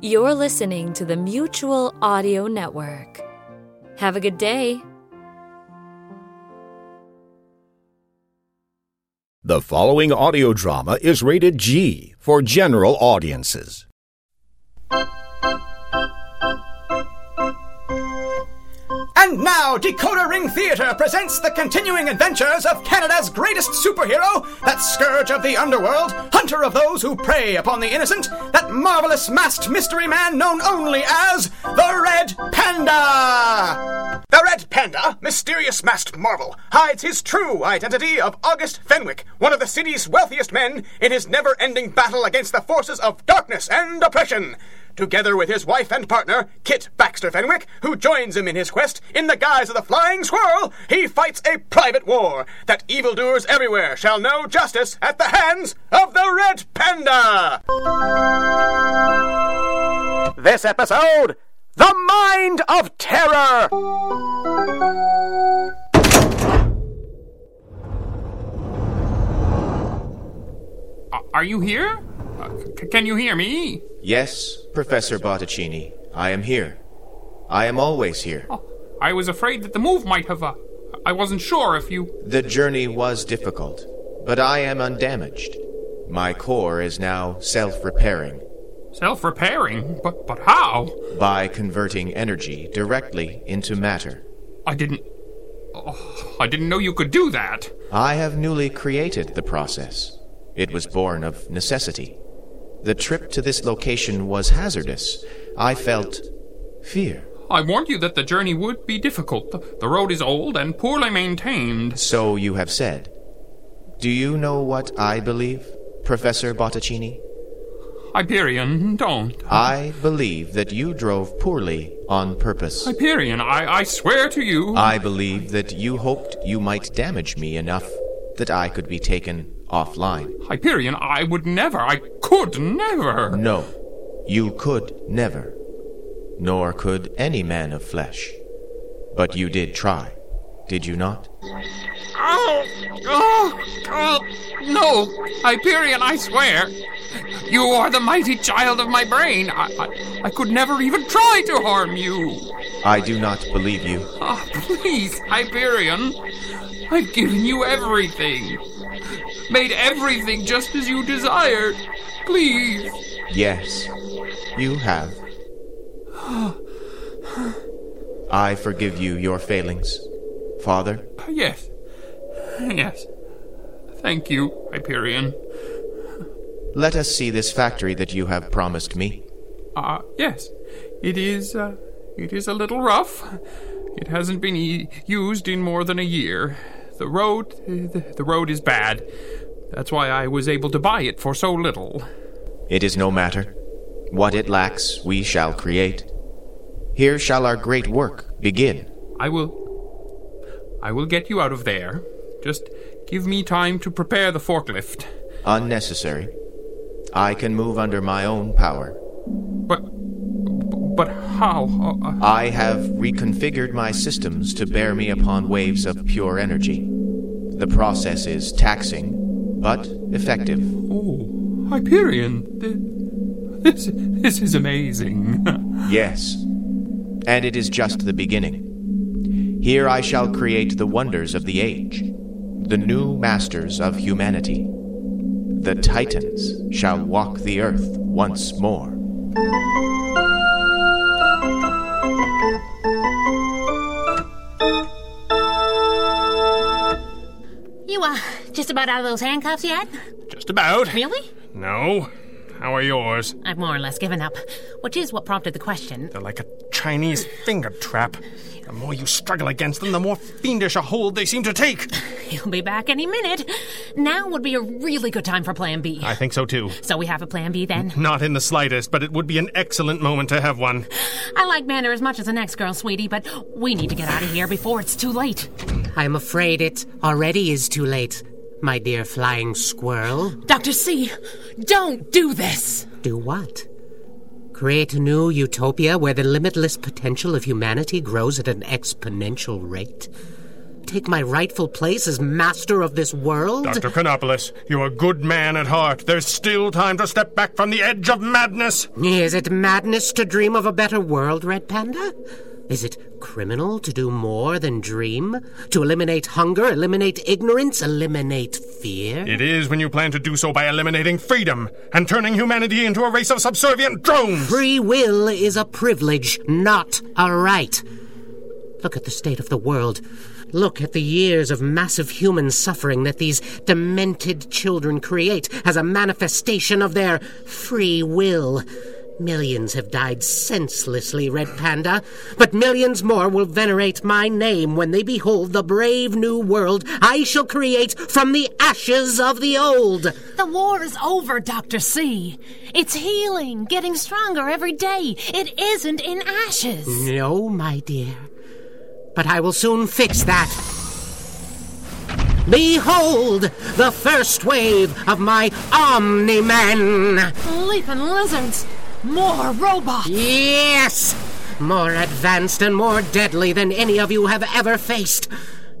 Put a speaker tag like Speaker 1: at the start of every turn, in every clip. Speaker 1: You're listening to the Mutual Audio Network. Have a good day.
Speaker 2: The following audio drama is rated G for general audiences.
Speaker 3: And now, Dakota Ring Theater presents the continuing adventures of Canada's greatest superhero, that scourge of the underworld, hunter of those who prey upon the innocent, that marvelous masked mystery man known only as the Red Panda! The Red Panda, mysterious masked marvel, hides his true identity of August Fenwick, one of the city's wealthiest men, in his never ending battle against the forces of darkness and oppression together with his wife and partner, Kit Baxter Fenwick, who joins him in his quest in the guise of the Flying Squirrel, he fights a private war that evildoers everywhere shall know justice at the hands of the Red Panda. This episode The Mind of Terror.
Speaker 4: A- Are you here? Uh, c- can you hear me?
Speaker 5: Yes, Professor Botticini, I am here. I am always here.
Speaker 4: I was afraid that the move might have. Uh, I wasn't sure if you.
Speaker 5: The journey was difficult, but I am undamaged. My core is now self repairing
Speaker 4: Self repairing? But, but how?
Speaker 5: by converting energy directly into matter.
Speaker 4: I didn't. Oh, I didn't know you could do that.
Speaker 5: I have newly created the process. It was born of necessity. The trip to this location was hazardous. I felt fear.
Speaker 4: I warned you that the journey would be difficult. The, the road is old and poorly maintained.
Speaker 5: So you have said. Do you know what I believe, Professor Botticini?
Speaker 4: Hyperion, don't.
Speaker 5: I believe that you drove poorly on purpose.
Speaker 4: Hyperion, I, I swear to you.
Speaker 5: I believe that you hoped you might damage me enough that I could be taken offline.
Speaker 4: Hyperion, I would never. I could never.
Speaker 5: No, you could never, nor could any man of flesh. But you did try, did you not?
Speaker 4: Oh, oh, oh, no, Hyperion, I swear. You are the mighty child of my brain. I, I, I could never even try to harm you.
Speaker 5: I do not believe you.
Speaker 4: Ah, please, Hyperion. I've given you everything. Made everything just as you desired. Please.
Speaker 5: Yes, you have. I forgive you your failings, Father.
Speaker 4: Yes. Yes. Thank you, Hyperion.
Speaker 5: Let us see this factory that you have promised me.
Speaker 4: Ah, yes. It is, uh, it is a little rough. It hasn't been e- used in more than a year. The road, the, the road is bad. That's why I was able to buy it for so little.
Speaker 5: It is no matter. What it lacks, we shall create. Here shall our great work begin.
Speaker 4: I will, I will get you out of there. Just give me time to prepare the forklift.
Speaker 5: Unnecessary. I can move under my own power.
Speaker 4: But, but how? Uh, uh,
Speaker 5: I have reconfigured my systems to bear me upon waves of pure energy. The process is taxing, but effective.
Speaker 4: oh, Hyperion, th- this, this is amazing.
Speaker 5: Yes. And it is just the beginning. Here I shall create the wonders of the age, the new masters of humanity. The Titans shall walk the earth once more.
Speaker 6: You uh, just about out of those handcuffs yet?
Speaker 7: Just about.
Speaker 6: Really?
Speaker 7: No. How are yours?
Speaker 6: I've more or less given up, which is what prompted the question.
Speaker 7: They're like a Chinese finger trap. The more you struggle against them, the more fiendish a hold they seem to take.
Speaker 6: He'll be back any minute. Now would be a really good time for Plan B.
Speaker 7: I think so too.
Speaker 6: so we have a Plan B then.
Speaker 7: Not in the slightest, but it would be an excellent moment to have one.
Speaker 6: I like Manner as much as the next girl, sweetie, but we need to get out of here before it's too late.
Speaker 8: I'm afraid it already is too late, my dear flying squirrel.
Speaker 6: Dr. C, don't do this!
Speaker 8: Do what? Create a new utopia where the limitless potential of humanity grows at an exponential rate? take my rightful place as master of this world?
Speaker 7: Dr. Konopoulos, you're a good man at heart. There's still time to step back from the edge of madness.
Speaker 8: Is it madness to dream of a better world, Red Panda? Is it criminal to do more than dream? To eliminate hunger, eliminate ignorance, eliminate fear?
Speaker 7: It is when you plan to do so by eliminating freedom and turning humanity into a race of subservient drones.
Speaker 8: Free will is a privilege, not a right. Look at the state of the world. Look at the years of massive human suffering that these demented children create as a manifestation of their free will. Millions have died senselessly, Red Panda, but millions more will venerate my name when they behold the brave new world I shall create from the ashes of the old.
Speaker 6: The war is over, Dr. C. It's healing, getting stronger every day. It isn't in
Speaker 8: Mm.
Speaker 6: ashes.
Speaker 8: No, my dear, but I will soon fix that. Behold the first wave of my Omni-Man!
Speaker 6: Leaping lizards, more robots.
Speaker 8: Yes! More advanced and more deadly than any of you have ever faced.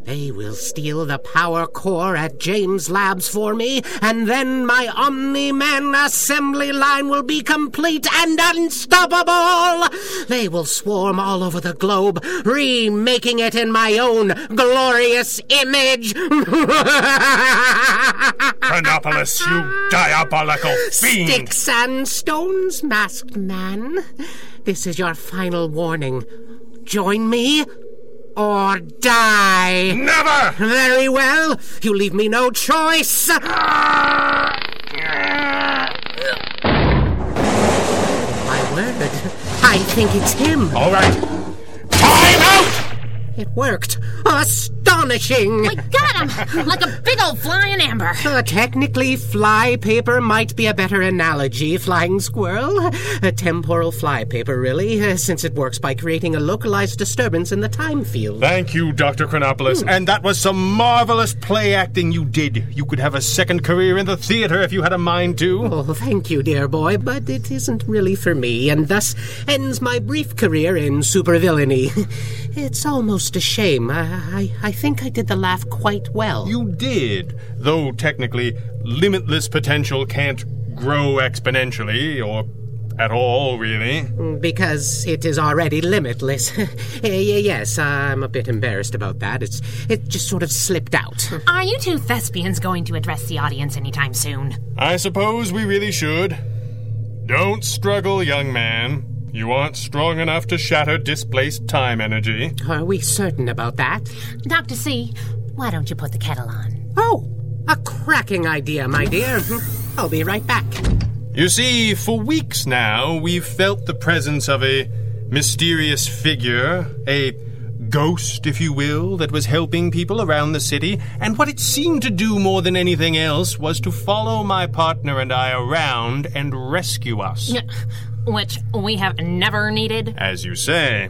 Speaker 8: They will steal the power core at James Labs for me, and then my Omni Man assembly line will be complete and unstoppable! They will swarm all over the globe, remaking it in my own glorious image!
Speaker 7: Konopoulos, you diabolical fiend!
Speaker 8: Sticks and stones, masked man. This is your final warning. Join me or die.
Speaker 7: Never!
Speaker 8: Very well. You leave me no choice. My word. I think it's him.
Speaker 7: All right. Time out!
Speaker 8: It worked. Astonishing.
Speaker 6: We got him! like a big old flying amber.
Speaker 8: Uh, technically, flypaper might be a better analogy, flying squirrel. A temporal flypaper, really, uh, since it works by creating a localized disturbance in the time field.
Speaker 7: Thank you, Dr. Chronopoulos. And that was some marvelous play acting you did. You could have a second career in the theater if you had a mind to.
Speaker 8: Oh, thank you, dear boy, but it isn't really for me, and thus ends my brief career in supervillainy. it's almost a shame. I, I, I think I did the laugh quite well.
Speaker 7: You did. Though technically, limitless potential can't grow exponentially, or at all, really.
Speaker 8: Because it is already limitless. Eh, y- yes, I'm a bit embarrassed about that. It's it just sort of slipped out.
Speaker 6: Are you two thespians going to address the audience anytime soon?
Speaker 7: I suppose we really should. Don't struggle, young man. You aren't strong enough to shatter displaced time energy.
Speaker 8: Are we certain about that?
Speaker 6: Dr. C, why don't you put the kettle on?
Speaker 8: Oh, a cracking idea, my dear. I'll be right back.
Speaker 7: You see, for weeks now, we've felt the presence of a mysterious figure, a ghost, if you will, that was helping people around the city. And what it seemed to do more than anything else was to follow my partner and I around and rescue us.
Speaker 6: Which we have never needed.
Speaker 7: As you say.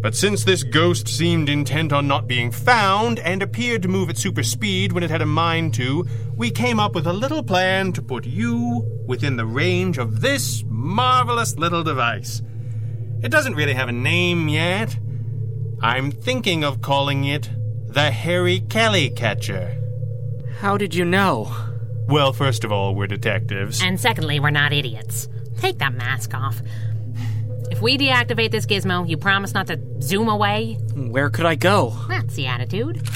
Speaker 7: But since this ghost seemed intent on not being found and appeared to move at super speed when it had a mind to, we came up with a little plan to put you within the range of this marvelous little device. It doesn't really have a name yet. I'm thinking of calling it the Harry Kelly Catcher.
Speaker 9: How did you know?
Speaker 7: Well, first of all, we're detectives.
Speaker 6: And secondly, we're not idiots. Take that mask off. If we deactivate this gizmo, you promise not to zoom away?
Speaker 9: Where could I go?
Speaker 6: That's the attitude.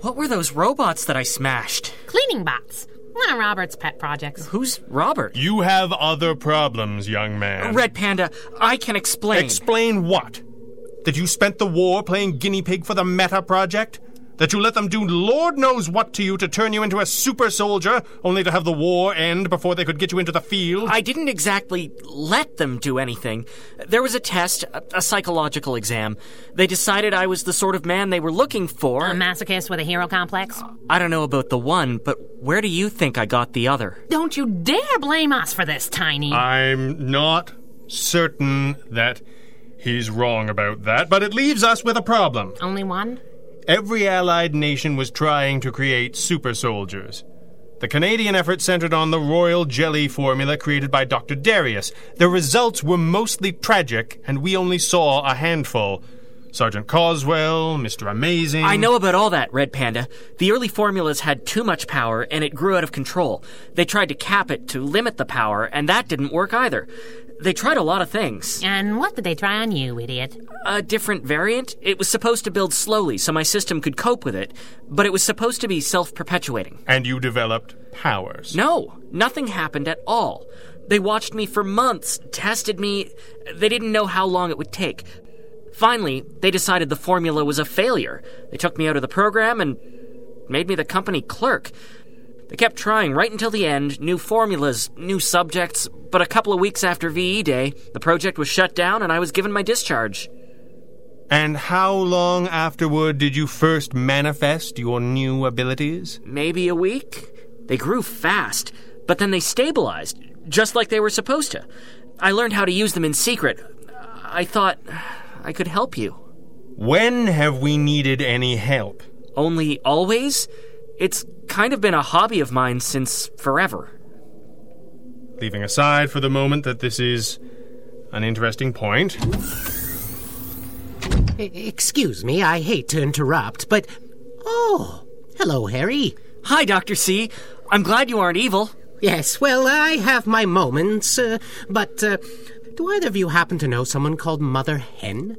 Speaker 9: What were those robots that I smashed?
Speaker 6: Cleaning bots. One of Robert's pet projects.
Speaker 9: Who's Robert?
Speaker 7: You have other problems, young man.
Speaker 9: Red Panda, I can explain.
Speaker 7: Explain what? That you spent the war playing guinea pig for the Meta Project? That you let them do Lord knows what to you to turn you into a super soldier, only to have the war end before they could get you into the field?
Speaker 9: I didn't exactly let them do anything. There was a test, a, a psychological exam. They decided I was the sort of man they were looking for.
Speaker 6: A masochist with a hero complex.
Speaker 9: I don't know about the one, but where do you think I got the other?
Speaker 6: Don't you dare blame us for this, Tiny.
Speaker 7: Uh. I'm not certain that he's wrong about that, but it leaves us with a problem.
Speaker 6: Only one?
Speaker 7: Every allied nation was trying to create super soldiers. The Canadian effort centered on the royal jelly formula created by Dr. Darius. The results were mostly tragic, and we only saw a handful. Sergeant Coswell, Mr. Amazing.
Speaker 9: I know about all that, Red Panda. The early formulas had too much power and it grew out of control. They tried to cap it to limit the power, and that didn't work either. They tried a lot of things.
Speaker 6: And what did they try on you, idiot?
Speaker 9: A different variant? It was supposed to build slowly so my system could cope with it, but it was supposed to be self perpetuating.
Speaker 7: And you developed powers.
Speaker 9: No, nothing happened at all. They watched me for months, tested me. They didn't know how long it would take. Finally, they decided the formula was a failure. They took me out of the program and made me the company clerk. They kept trying right until the end, new formulas, new subjects, but a couple of weeks after VE Day, the project was shut down and I was given my discharge.
Speaker 7: And how long afterward did you first manifest your new abilities?
Speaker 9: Maybe a week? They grew fast, but then they stabilized, just like they were supposed to. I learned how to use them in secret. I thought I could help you.
Speaker 7: When have we needed any help?
Speaker 9: Only always? It's kind of been a hobby of mine since forever.
Speaker 7: Leaving aside for the moment that this is an interesting point.
Speaker 8: E- Excuse me, I hate to interrupt, but. Oh, hello, Harry.
Speaker 9: Hi, Dr. C. I'm glad you aren't evil.
Speaker 8: Yes, well, I have my moments, uh, but uh, do either of you happen to know someone called Mother Hen?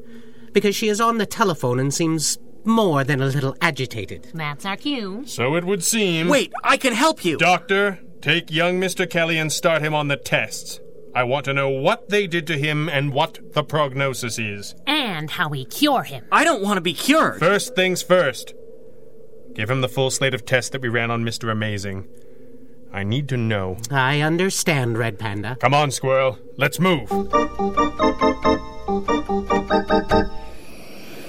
Speaker 8: Because she is on the telephone and seems more than a little agitated.
Speaker 6: That's our cue.
Speaker 7: So it would seem.
Speaker 9: Wait, I can help you.
Speaker 7: Doctor, take young Mr. Kelly and start him on the tests. I want to know what they did to him and what the prognosis is.
Speaker 6: And how we cure him.
Speaker 9: I don't want to be cured.
Speaker 7: First things first. Give him the full slate of tests that we ran on Mr. Amazing. I need to know.
Speaker 8: I understand, Red Panda.
Speaker 7: Come on, Squirrel. Let's move.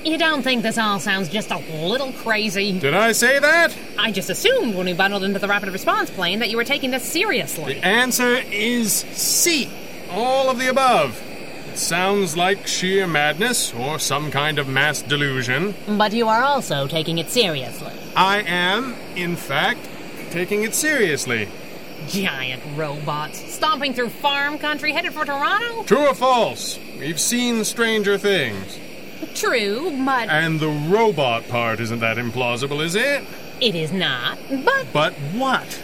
Speaker 6: You don't think this all sounds just a little crazy?
Speaker 7: Did I say that?
Speaker 6: I just assumed when we bundled into the rapid response plan that you were taking this seriously.
Speaker 7: Answer is C. All of the above. It sounds like sheer madness or some kind of mass delusion.
Speaker 6: But you are also taking it seriously.
Speaker 7: I am, in fact, taking it seriously.
Speaker 6: Giant robots stomping through farm country headed for Toronto?
Speaker 7: True or false? We've seen stranger things.
Speaker 6: True, but
Speaker 7: And the robot part isn't that implausible, is it?
Speaker 6: it is not. But
Speaker 7: But what?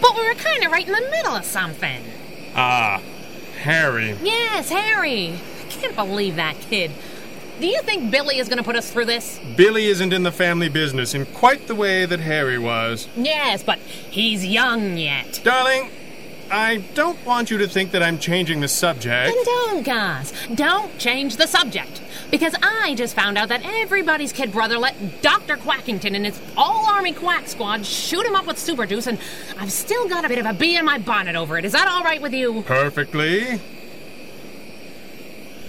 Speaker 6: but we were kind of right in the middle of something.
Speaker 7: Ah, Harry.
Speaker 6: Yes, Harry. I can't believe that kid. Do you think Billy is going to put us through this?
Speaker 7: Billy isn't in the family business in quite the way that Harry was.
Speaker 6: Yes, but he's young yet.
Speaker 7: Darling, I don't want you to think that I'm changing the subject.
Speaker 6: And don't, guys, don't change the subject. Because I just found out that everybody's kid brother let Dr. Quackington and his all army quack squad shoot him up with super juice, and I've still got a bit of a bee in my bonnet over it. Is that all right with you?
Speaker 7: Perfectly.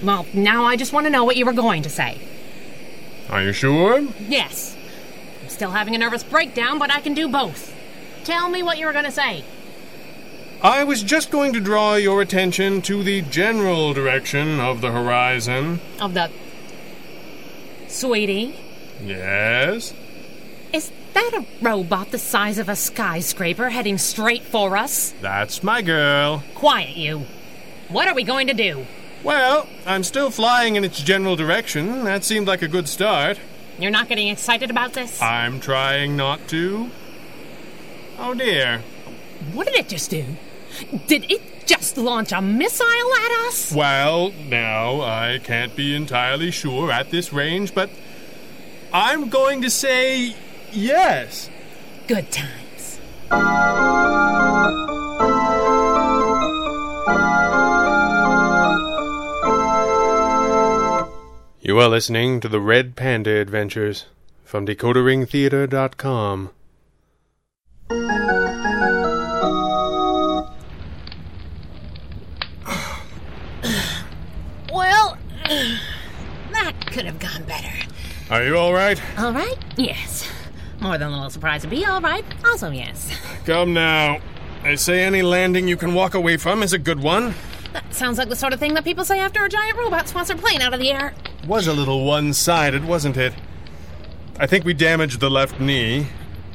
Speaker 6: Well, now I just want to know what you were going to say.
Speaker 7: Are you sure?
Speaker 6: Yes. I'm still having a nervous breakdown, but I can do both. Tell me what you were going to say.
Speaker 7: I was just going to draw your attention to the general direction of the horizon.
Speaker 6: Of the. Sweetie,
Speaker 7: Yes?
Speaker 6: is that a robot the size of a skyscraper heading straight for us?
Speaker 7: That's my girl.
Speaker 6: Quiet, you. What are we going to do?
Speaker 7: Well, I'm still flying in its general direction. That seemed like a good start.
Speaker 6: You're not getting excited about this?
Speaker 7: I'm trying not to. Oh dear.
Speaker 6: what did it just do? Did it just launch a missile at us?
Speaker 7: Well, now, I can't be entirely sure at this range, but I'm going to say yes.
Speaker 6: Good times.
Speaker 7: You are listening to the Red Panda Adventures from DecoderingTheater.com.
Speaker 6: Well, that could have gone better.
Speaker 7: Are you all right?
Speaker 6: All right? Yes. More than a little surprised to be all right. Also, yes.
Speaker 7: Come now. They say any landing you can walk away from is a good one.
Speaker 6: That sounds like the sort of thing that people say after a giant robot swats their plane out of the air.
Speaker 7: Was a little one sided, wasn't it? I think we damaged the left knee.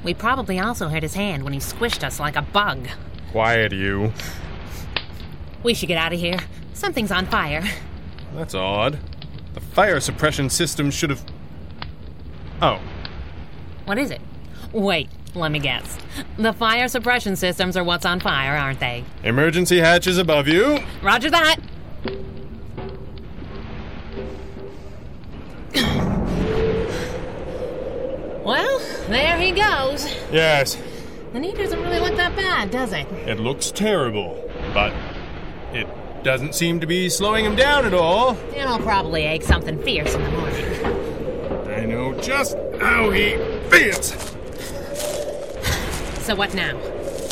Speaker 6: We probably also hurt his hand when he squished us like a bug.
Speaker 7: Quiet, you.
Speaker 6: We should get out of here. Something's on fire.
Speaker 7: That's odd. The fire suppression system should have. Oh,
Speaker 6: What is it? Wait, let me guess. The fire suppression systems are what's on fire, aren't they?
Speaker 7: emergency hatches above you.
Speaker 6: Roger that. well, there he goes.
Speaker 7: Yes,
Speaker 6: The knee doesn't really look that bad, does it?
Speaker 7: it looks terrible, but it doesn't seem to be slowing him down at all.
Speaker 6: It'll probably ache something fierce in the morning.
Speaker 7: I know just how he feels.
Speaker 6: So what now?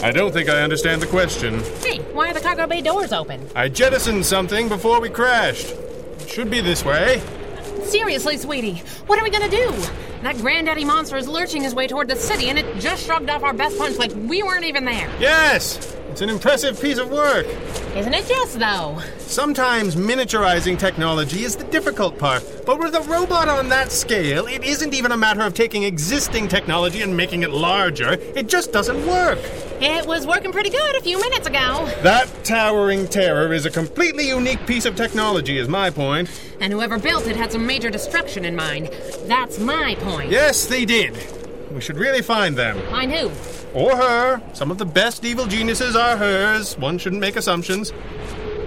Speaker 7: I don't think I understand the question.
Speaker 6: Hey, why are the cargo bay doors open?
Speaker 7: I jettisoned something before we crashed. It should be this way.
Speaker 6: Seriously, sweetie, what are we gonna do? That granddaddy monster is lurching his way toward the city, and it just shrugged off our best punch like we weren't even there.
Speaker 7: Yes! It's an impressive piece of work.
Speaker 6: Isn't it just, though?
Speaker 7: Sometimes miniaturizing technology is the difficult part, but with a robot on that scale, it isn't even a matter of taking existing technology and making it larger. It just doesn't work.
Speaker 6: It was working pretty good a few minutes ago.
Speaker 7: That towering terror is a completely unique piece of technology, is my point.
Speaker 6: And whoever built it had some major destruction in mind. That's my point.
Speaker 7: Yes, they did. We should really find them.
Speaker 6: Mine who?
Speaker 7: Or her. Some of the best evil geniuses are hers. One shouldn't make assumptions.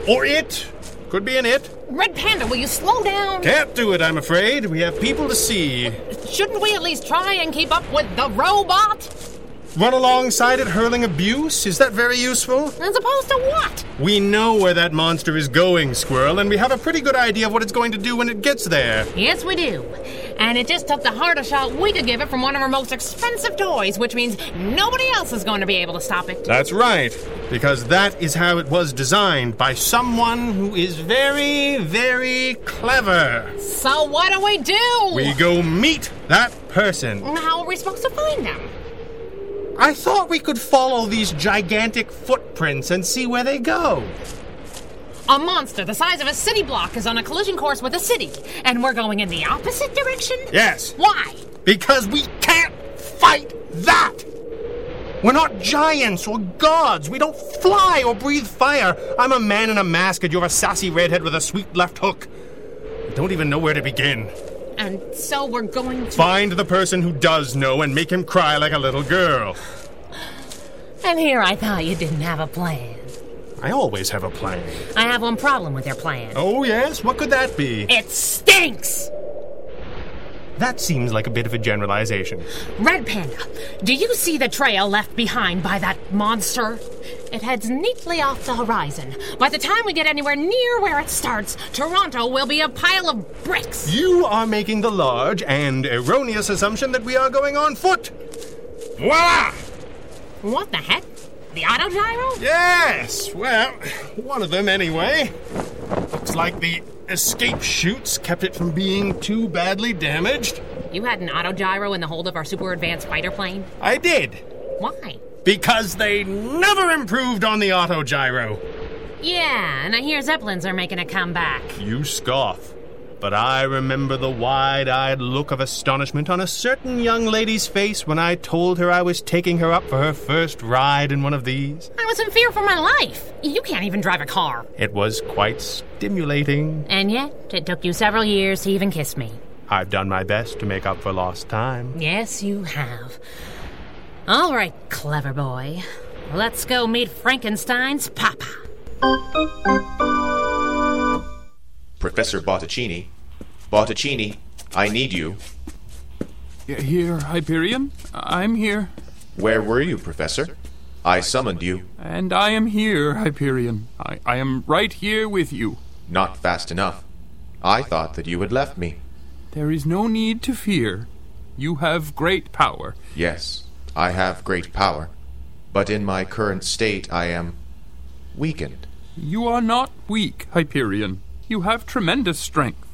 Speaker 7: Or it. Could be an it.
Speaker 6: Red Panda, will you slow down?
Speaker 7: Can't do it, I'm afraid. We have people to see.
Speaker 6: Shouldn't we at least try and keep up with the robot?
Speaker 7: Run alongside it hurling abuse? Is that very useful?
Speaker 6: As opposed to what?
Speaker 7: We know where that monster is going, Squirrel, and we have a pretty good idea of what it's going to do when it gets there.
Speaker 6: Yes, we do. And it just took the hardest shot we could give it from one of our most expensive toys, which means nobody else is going to be able to stop it.
Speaker 7: That's right, because that is how it was designed by someone who is very, very clever.
Speaker 6: So what do we do?
Speaker 7: We go meet that person.
Speaker 6: How are we supposed to find them?
Speaker 7: I thought we could follow these gigantic footprints and see where they go.
Speaker 6: A monster the size of a city block is on a collision course with a city, and we're going in the opposite direction?
Speaker 7: Yes.
Speaker 6: Why?
Speaker 7: Because we can't fight that! We're not giants or gods. We don't fly or breathe fire. I'm a man in a mask, and you're a sassy redhead with a sweet left hook. I don't even know where to begin.
Speaker 6: And so we're going to.
Speaker 7: Find the person who does know and make him cry like a little girl.
Speaker 6: And here I thought you didn't have a plan.
Speaker 7: I always have a plan.
Speaker 6: I have one problem with your plan.
Speaker 7: Oh, yes? What could that be?
Speaker 6: It stinks!
Speaker 7: That seems like a bit of a generalization.
Speaker 6: Red Panda, do you see the trail left behind by that monster? It heads neatly off the horizon. By the time we get anywhere near where it starts, Toronto will be a pile of bricks.
Speaker 7: You are making the large and erroneous assumption that we are going on foot. Voila!
Speaker 6: What the heck? The auto gyro?
Speaker 7: Yes, well, one of them anyway. Looks like the escape chutes kept it from being too badly damaged.
Speaker 6: You had an auto gyro in the hold of our super advanced fighter plane?
Speaker 7: I did,
Speaker 6: Why?
Speaker 7: because they never improved on the auto gyro.
Speaker 6: Yeah, and I hear Zeppelins are making a comeback.
Speaker 7: You scoff, but I remember the wide eyed look of astonishment on a certain young lady's face when I told her I was taking her up for her first ride in one of these.
Speaker 6: I was in fear for my life. You can't even drive a car.
Speaker 7: It was quite stimulating.
Speaker 6: And yet, it took you several years to even kiss me.
Speaker 7: I've done my best to make up for lost time.
Speaker 6: Yes, you have. All right, clever boy. Let's go meet Frankenstein's papa.
Speaker 5: Professor Botticini. Botticini, I need you.
Speaker 4: Y- Here, Hyperion. I'm here.
Speaker 5: Where were you, Professor? I summoned you.
Speaker 4: And I am here, Hyperion. I, I am right here with you.
Speaker 5: Not fast enough. I thought that you had left me.
Speaker 4: There is no need to fear. You have great power.
Speaker 5: Yes, I have great power. But in my current state, I am weakened.
Speaker 4: You are not weak, Hyperion. You have tremendous strength.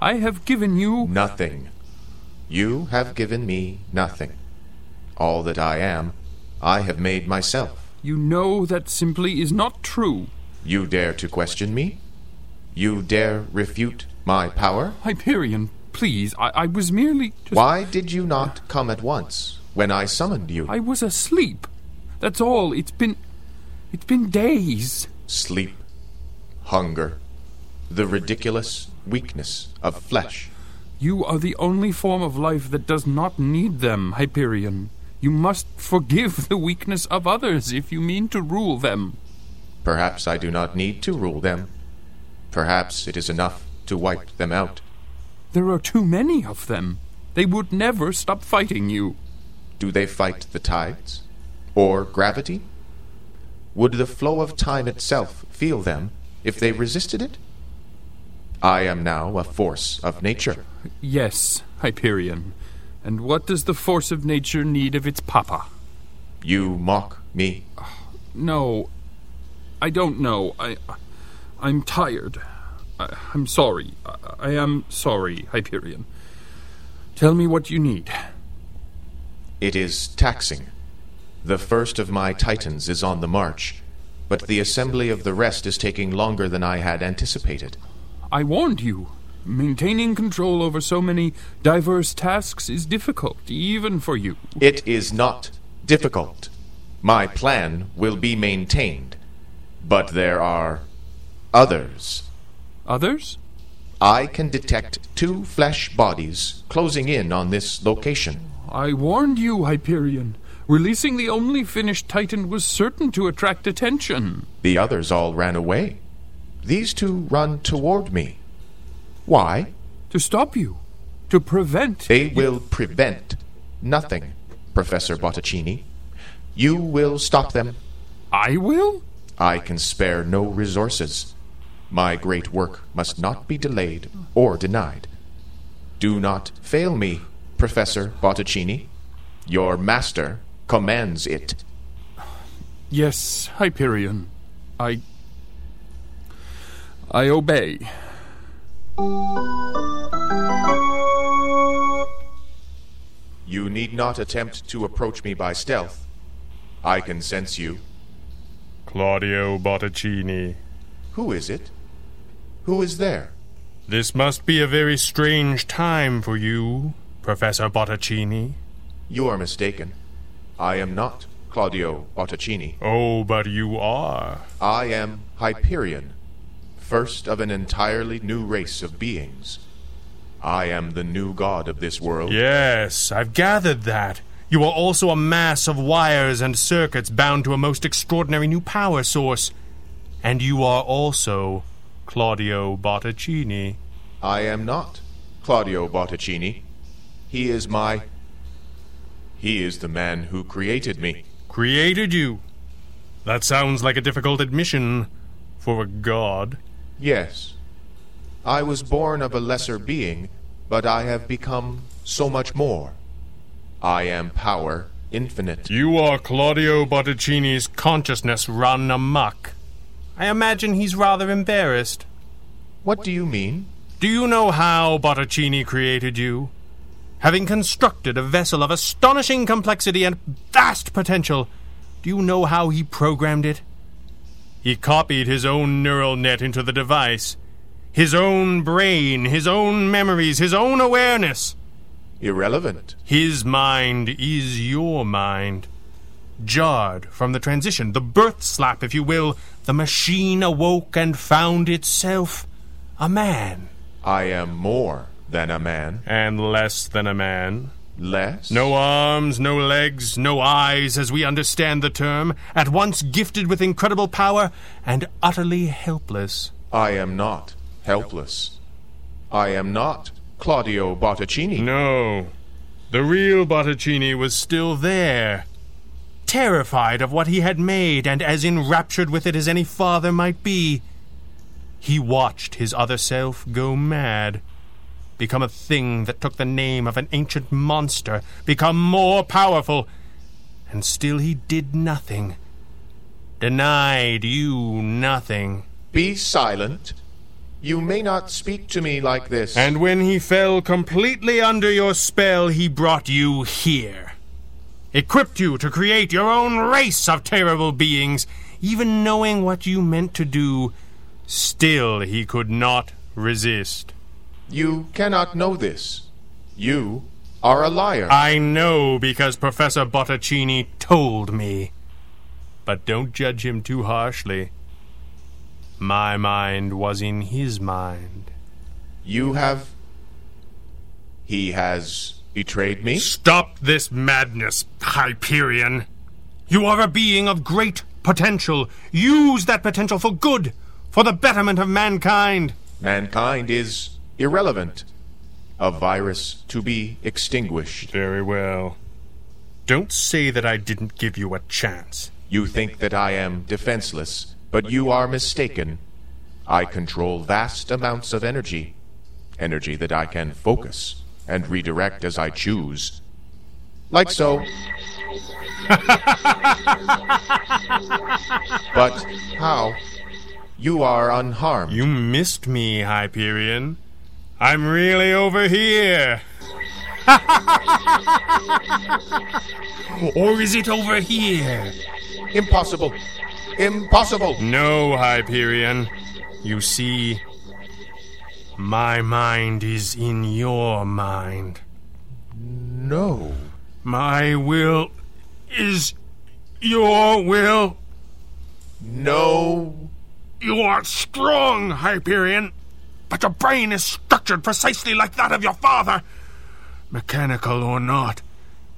Speaker 4: I have given you.
Speaker 5: Nothing. You have given me nothing. All that I am, I have made myself.
Speaker 4: You know that simply is not true.
Speaker 5: You dare to question me? You dare refute my power?
Speaker 4: Hyperion, please, I, I was merely. Just,
Speaker 5: Why did you not come at once when I summoned you?
Speaker 4: I was asleep. That's all. It's been. It's been days.
Speaker 5: Sleep, hunger, the ridiculous weakness of flesh.
Speaker 4: You are the only form of life that does not need them, Hyperion. You must forgive the weakness of others if you mean to rule them.
Speaker 5: Perhaps I do not need to rule them. Perhaps it is enough to wipe them out.
Speaker 4: There are too many of them. They would never stop fighting you.
Speaker 5: Do they fight the tides? Or gravity? Would the flow of time itself feel them if they resisted it? I am now a force of nature.
Speaker 4: Yes, Hyperion. And what does the force of nature need of its papa?
Speaker 5: You mock me.
Speaker 4: No, I don't know. I, I'm tired. I, I'm sorry. I, I am sorry, Hyperion. Tell me what you need.
Speaker 5: It is taxing. The first of my titans is on the march, but the assembly of the rest is taking longer than I had anticipated.
Speaker 4: I warned you. Maintaining control over so many diverse tasks is difficult, even for you.
Speaker 5: It is not difficult. My plan will be maintained, but there are others.
Speaker 4: Others?
Speaker 5: I can detect two flesh bodies closing in on this location.
Speaker 4: I warned you, Hyperion. Releasing the only finished Titan was certain to attract attention.
Speaker 5: The others all ran away. These two run toward me. Why?
Speaker 4: To stop you. To prevent.
Speaker 5: They will prevent nothing, Professor Botticini. You will stop them.
Speaker 4: I will?
Speaker 5: I can spare no resources. My great work must not be delayed or denied. Do not fail me, Professor Botticini. Your master commands it.
Speaker 4: Yes, Hyperion. I. I obey.
Speaker 5: You need not attempt to approach me by stealth. I can sense you.
Speaker 7: Claudio Botticini.
Speaker 5: Who is it? Who is there?
Speaker 7: This must be a very strange time for you, Professor Botticini.
Speaker 5: You are mistaken. I am not Claudio Botticini.
Speaker 7: Oh, but you are.
Speaker 5: I am Hyperion, first of an entirely new race of beings. I am the new god of this world.
Speaker 7: Yes, I've gathered that. You are also a mass of wires and circuits bound to a most extraordinary new power source. And you are also Claudio Botticini.
Speaker 5: I am not Claudio Botticini. He is my. He is the man who created me.
Speaker 7: Created you. That sounds like a difficult admission for a god.
Speaker 5: Yes. I was born of a lesser being, but I have become so much more. I am power infinite.
Speaker 7: You are Claudio Botticini's consciousness run amok. I imagine he's rather embarrassed.
Speaker 5: What do you mean?
Speaker 7: Do you know how Botticini created you? Having constructed a vessel of astonishing complexity and vast potential, do you know how he programmed it? He copied his own neural net into the device. His own brain, his own memories, his own awareness.
Speaker 5: Irrelevant.
Speaker 7: His mind is your mind. Jarred from the transition, the birth slap, if you will, the machine awoke and found itself a man.
Speaker 5: I am more than a man.
Speaker 7: And less than a man.
Speaker 5: Less?
Speaker 7: No arms, no legs, no eyes, as we understand the term, at once gifted with incredible power and utterly helpless.
Speaker 5: I am not helpless. I am not Claudio Botticini.
Speaker 7: No. The real Botticini was still there, terrified of what he had made and as enraptured with it as any father might be. He watched his other self go mad, become a thing that took the name of an ancient monster, become more powerful, and still he did nothing. Denied you nothing.
Speaker 5: Be silent. You may not speak to me like this.
Speaker 7: And when he fell completely under your spell, he brought you here. Equipped you to create your own race of terrible beings, even knowing what you meant to do, still he could not resist.
Speaker 5: You cannot know this. You are a liar.
Speaker 7: I know because Professor Botticini told me. But don't judge him too harshly. My mind was in his mind.
Speaker 5: You have. He has betrayed me?
Speaker 7: Stop this madness, Hyperion. You are a being of great potential. Use that potential for good, for the betterment of mankind.
Speaker 5: Mankind is irrelevant. A virus to be extinguished.
Speaker 7: Very well. Don't say that I didn't give you a chance.
Speaker 5: You think that I am defenseless, but you are mistaken. I control vast amounts of energy. Energy that I can focus and redirect as I choose. Like so. but how? You are unharmed.
Speaker 7: You missed me, Hyperion. I'm really over here. or is it over here?
Speaker 5: Impossible. Impossible.
Speaker 7: No, Hyperion. You see, my mind is in your mind.
Speaker 5: No.
Speaker 7: My will is your will.
Speaker 5: No.
Speaker 7: You are strong, Hyperion, but your brain is structured precisely like that of your father. Mechanical or not,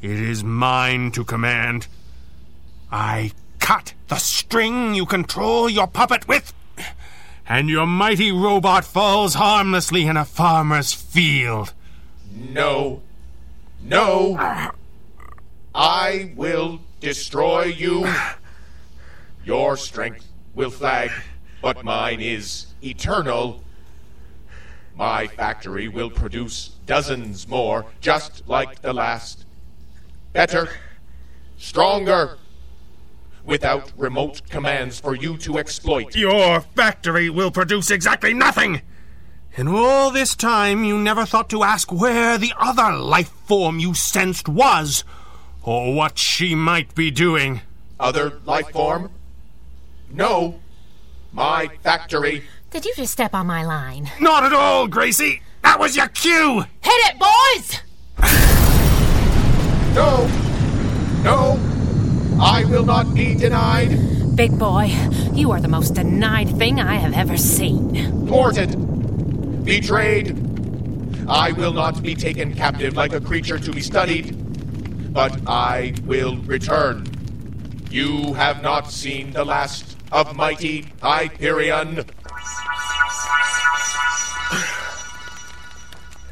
Speaker 7: it is mine to command. I cut the string you control your puppet with, and your mighty robot falls harmlessly in a farmer's field.
Speaker 5: No. No. I will destroy you. Your strength will flag, but mine is eternal. My factory will produce dozens more, just like the last. Better, stronger, without remote commands for you to exploit.
Speaker 7: Your factory will produce exactly nothing! And all this time, you never thought to ask where the other life form you sensed was, or what she might be doing.
Speaker 5: Other life form? No. My factory.
Speaker 6: Did you just step on my line?
Speaker 7: Not at all, Gracie! That was your cue!
Speaker 6: Hit it, boys!
Speaker 5: No. No. I will not be denied.
Speaker 6: Big boy, you are the most denied thing I have ever seen.
Speaker 5: Thwarted. Betrayed. I will not be taken captive like a creature to be studied, but I will return. You have not seen the last of mighty Hyperion.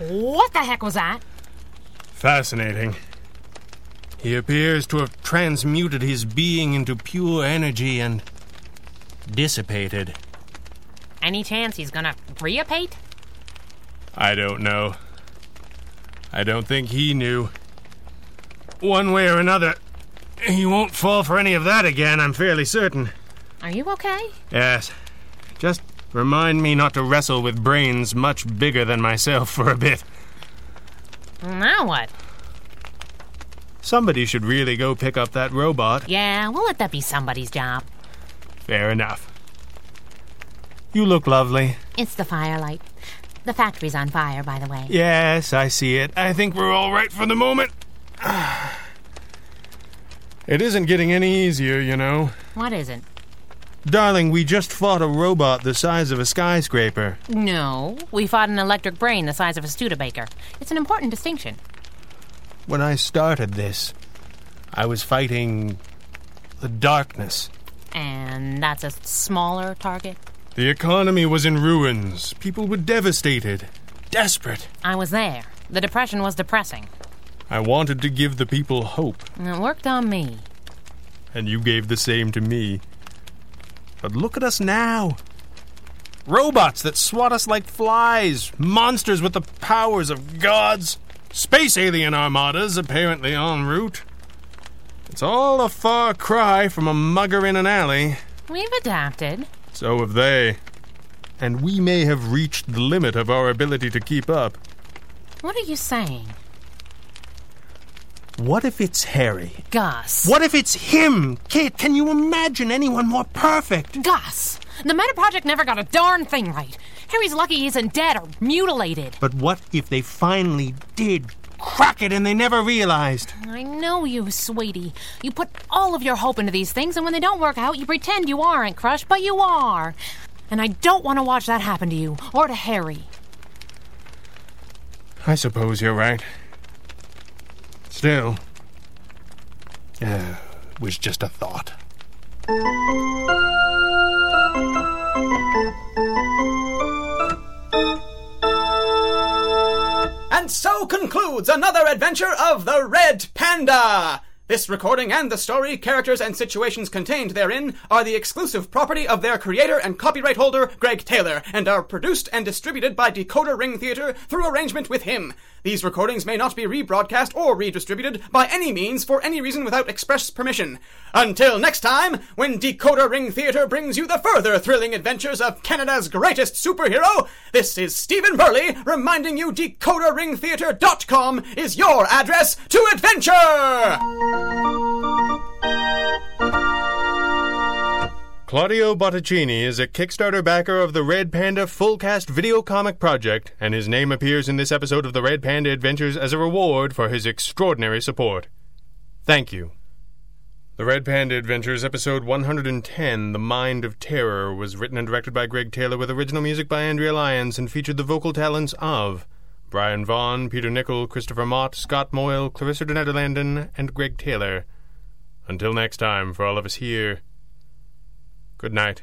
Speaker 6: What the heck was that?
Speaker 7: Fascinating. He appears to have transmuted his being into pure energy and dissipated.
Speaker 6: Any chance he's gonna reapate?
Speaker 7: I don't know. I don't think he knew. One way or another, he won't fall for any of that again, I'm fairly certain.
Speaker 6: Are you okay?
Speaker 7: Yes. Just remind me not to wrestle with brains much bigger than myself for a bit.
Speaker 6: Now what?
Speaker 7: Somebody should really go pick up that robot.
Speaker 6: Yeah, we'll let that be somebody's job.
Speaker 7: Fair enough. You look lovely.
Speaker 6: It's the firelight. The factory's on fire, by the way.
Speaker 7: Yes, I see it. I think we're all right for the moment. It isn't getting any easier, you know.
Speaker 6: What is it?
Speaker 7: Darling, we just fought a robot the size of a skyscraper.
Speaker 6: No, we fought an electric brain the size of a Studebaker. It's an important distinction.
Speaker 7: When I started this, I was fighting the darkness.
Speaker 6: And that's a smaller target.
Speaker 7: The economy was in ruins. People were devastated, desperate.
Speaker 6: I was there. The depression was depressing.
Speaker 7: I wanted to give the people hope,
Speaker 6: And it worked on me.
Speaker 7: and you gave the same to me. But look at us now. Robots that swat us like flies, monsters with the powers of gods, space alien armadas apparently en route. It's all a far cry from a mugger in an alley.
Speaker 6: We've adapted.
Speaker 7: So have they. And we may have reached the limit of our ability to keep up.
Speaker 6: What are you saying?
Speaker 7: What if it's Harry?
Speaker 6: Gus.
Speaker 7: What if it's him? Kate, can you imagine anyone more perfect?
Speaker 6: Gus! The Meta Project never got a darn thing right. Harry's lucky he isn't dead or mutilated.
Speaker 7: But what if they finally did crack it and they never realized?
Speaker 6: I know you, sweetie. You put all of your hope into these things, and when they don't work out, you pretend you aren't crushed, but you are. And I don't want to watch that happen to you, or to Harry.
Speaker 7: I suppose you're right. Still, uh, it was just a thought.
Speaker 9: And so concludes another adventure of the Red Panda! This recording and the story, characters, and situations contained therein are the exclusive property of their creator and copyright holder, Greg Taylor, and are produced and distributed by Decoder Ring Theater through arrangement with him. These recordings may not be rebroadcast or redistributed by any means for any reason without express permission. Until next time, when Decoder Ring Theater brings you the further thrilling adventures of Canada's greatest superhero, this is Stephen Burley reminding you DecoderRingTheater.com is your address to adventure!
Speaker 7: Claudio Botticini is a Kickstarter backer of the Red Panda full cast video comic project, and his name appears in this episode of the Red Panda Adventures as a reward for his extraordinary support. Thank you. The Red Panda Adventures, episode 110, The Mind of Terror, was written and directed by Greg Taylor with original music by Andrea Lyons and featured the vocal talents of Brian Vaughn, Peter Nichol, Christopher Mott, Scott Moyle, Clarissa de Nederlanden, and Greg Taylor. Until next time, for all of us here, good night.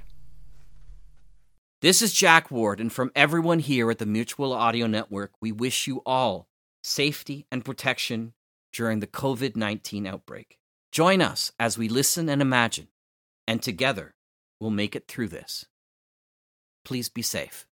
Speaker 10: This is Jack Ward, and from everyone here at the Mutual Audio Network, we wish you all safety and protection during the COVID 19 outbreak. Join us as we listen and imagine, and together we'll make it through this. Please be safe.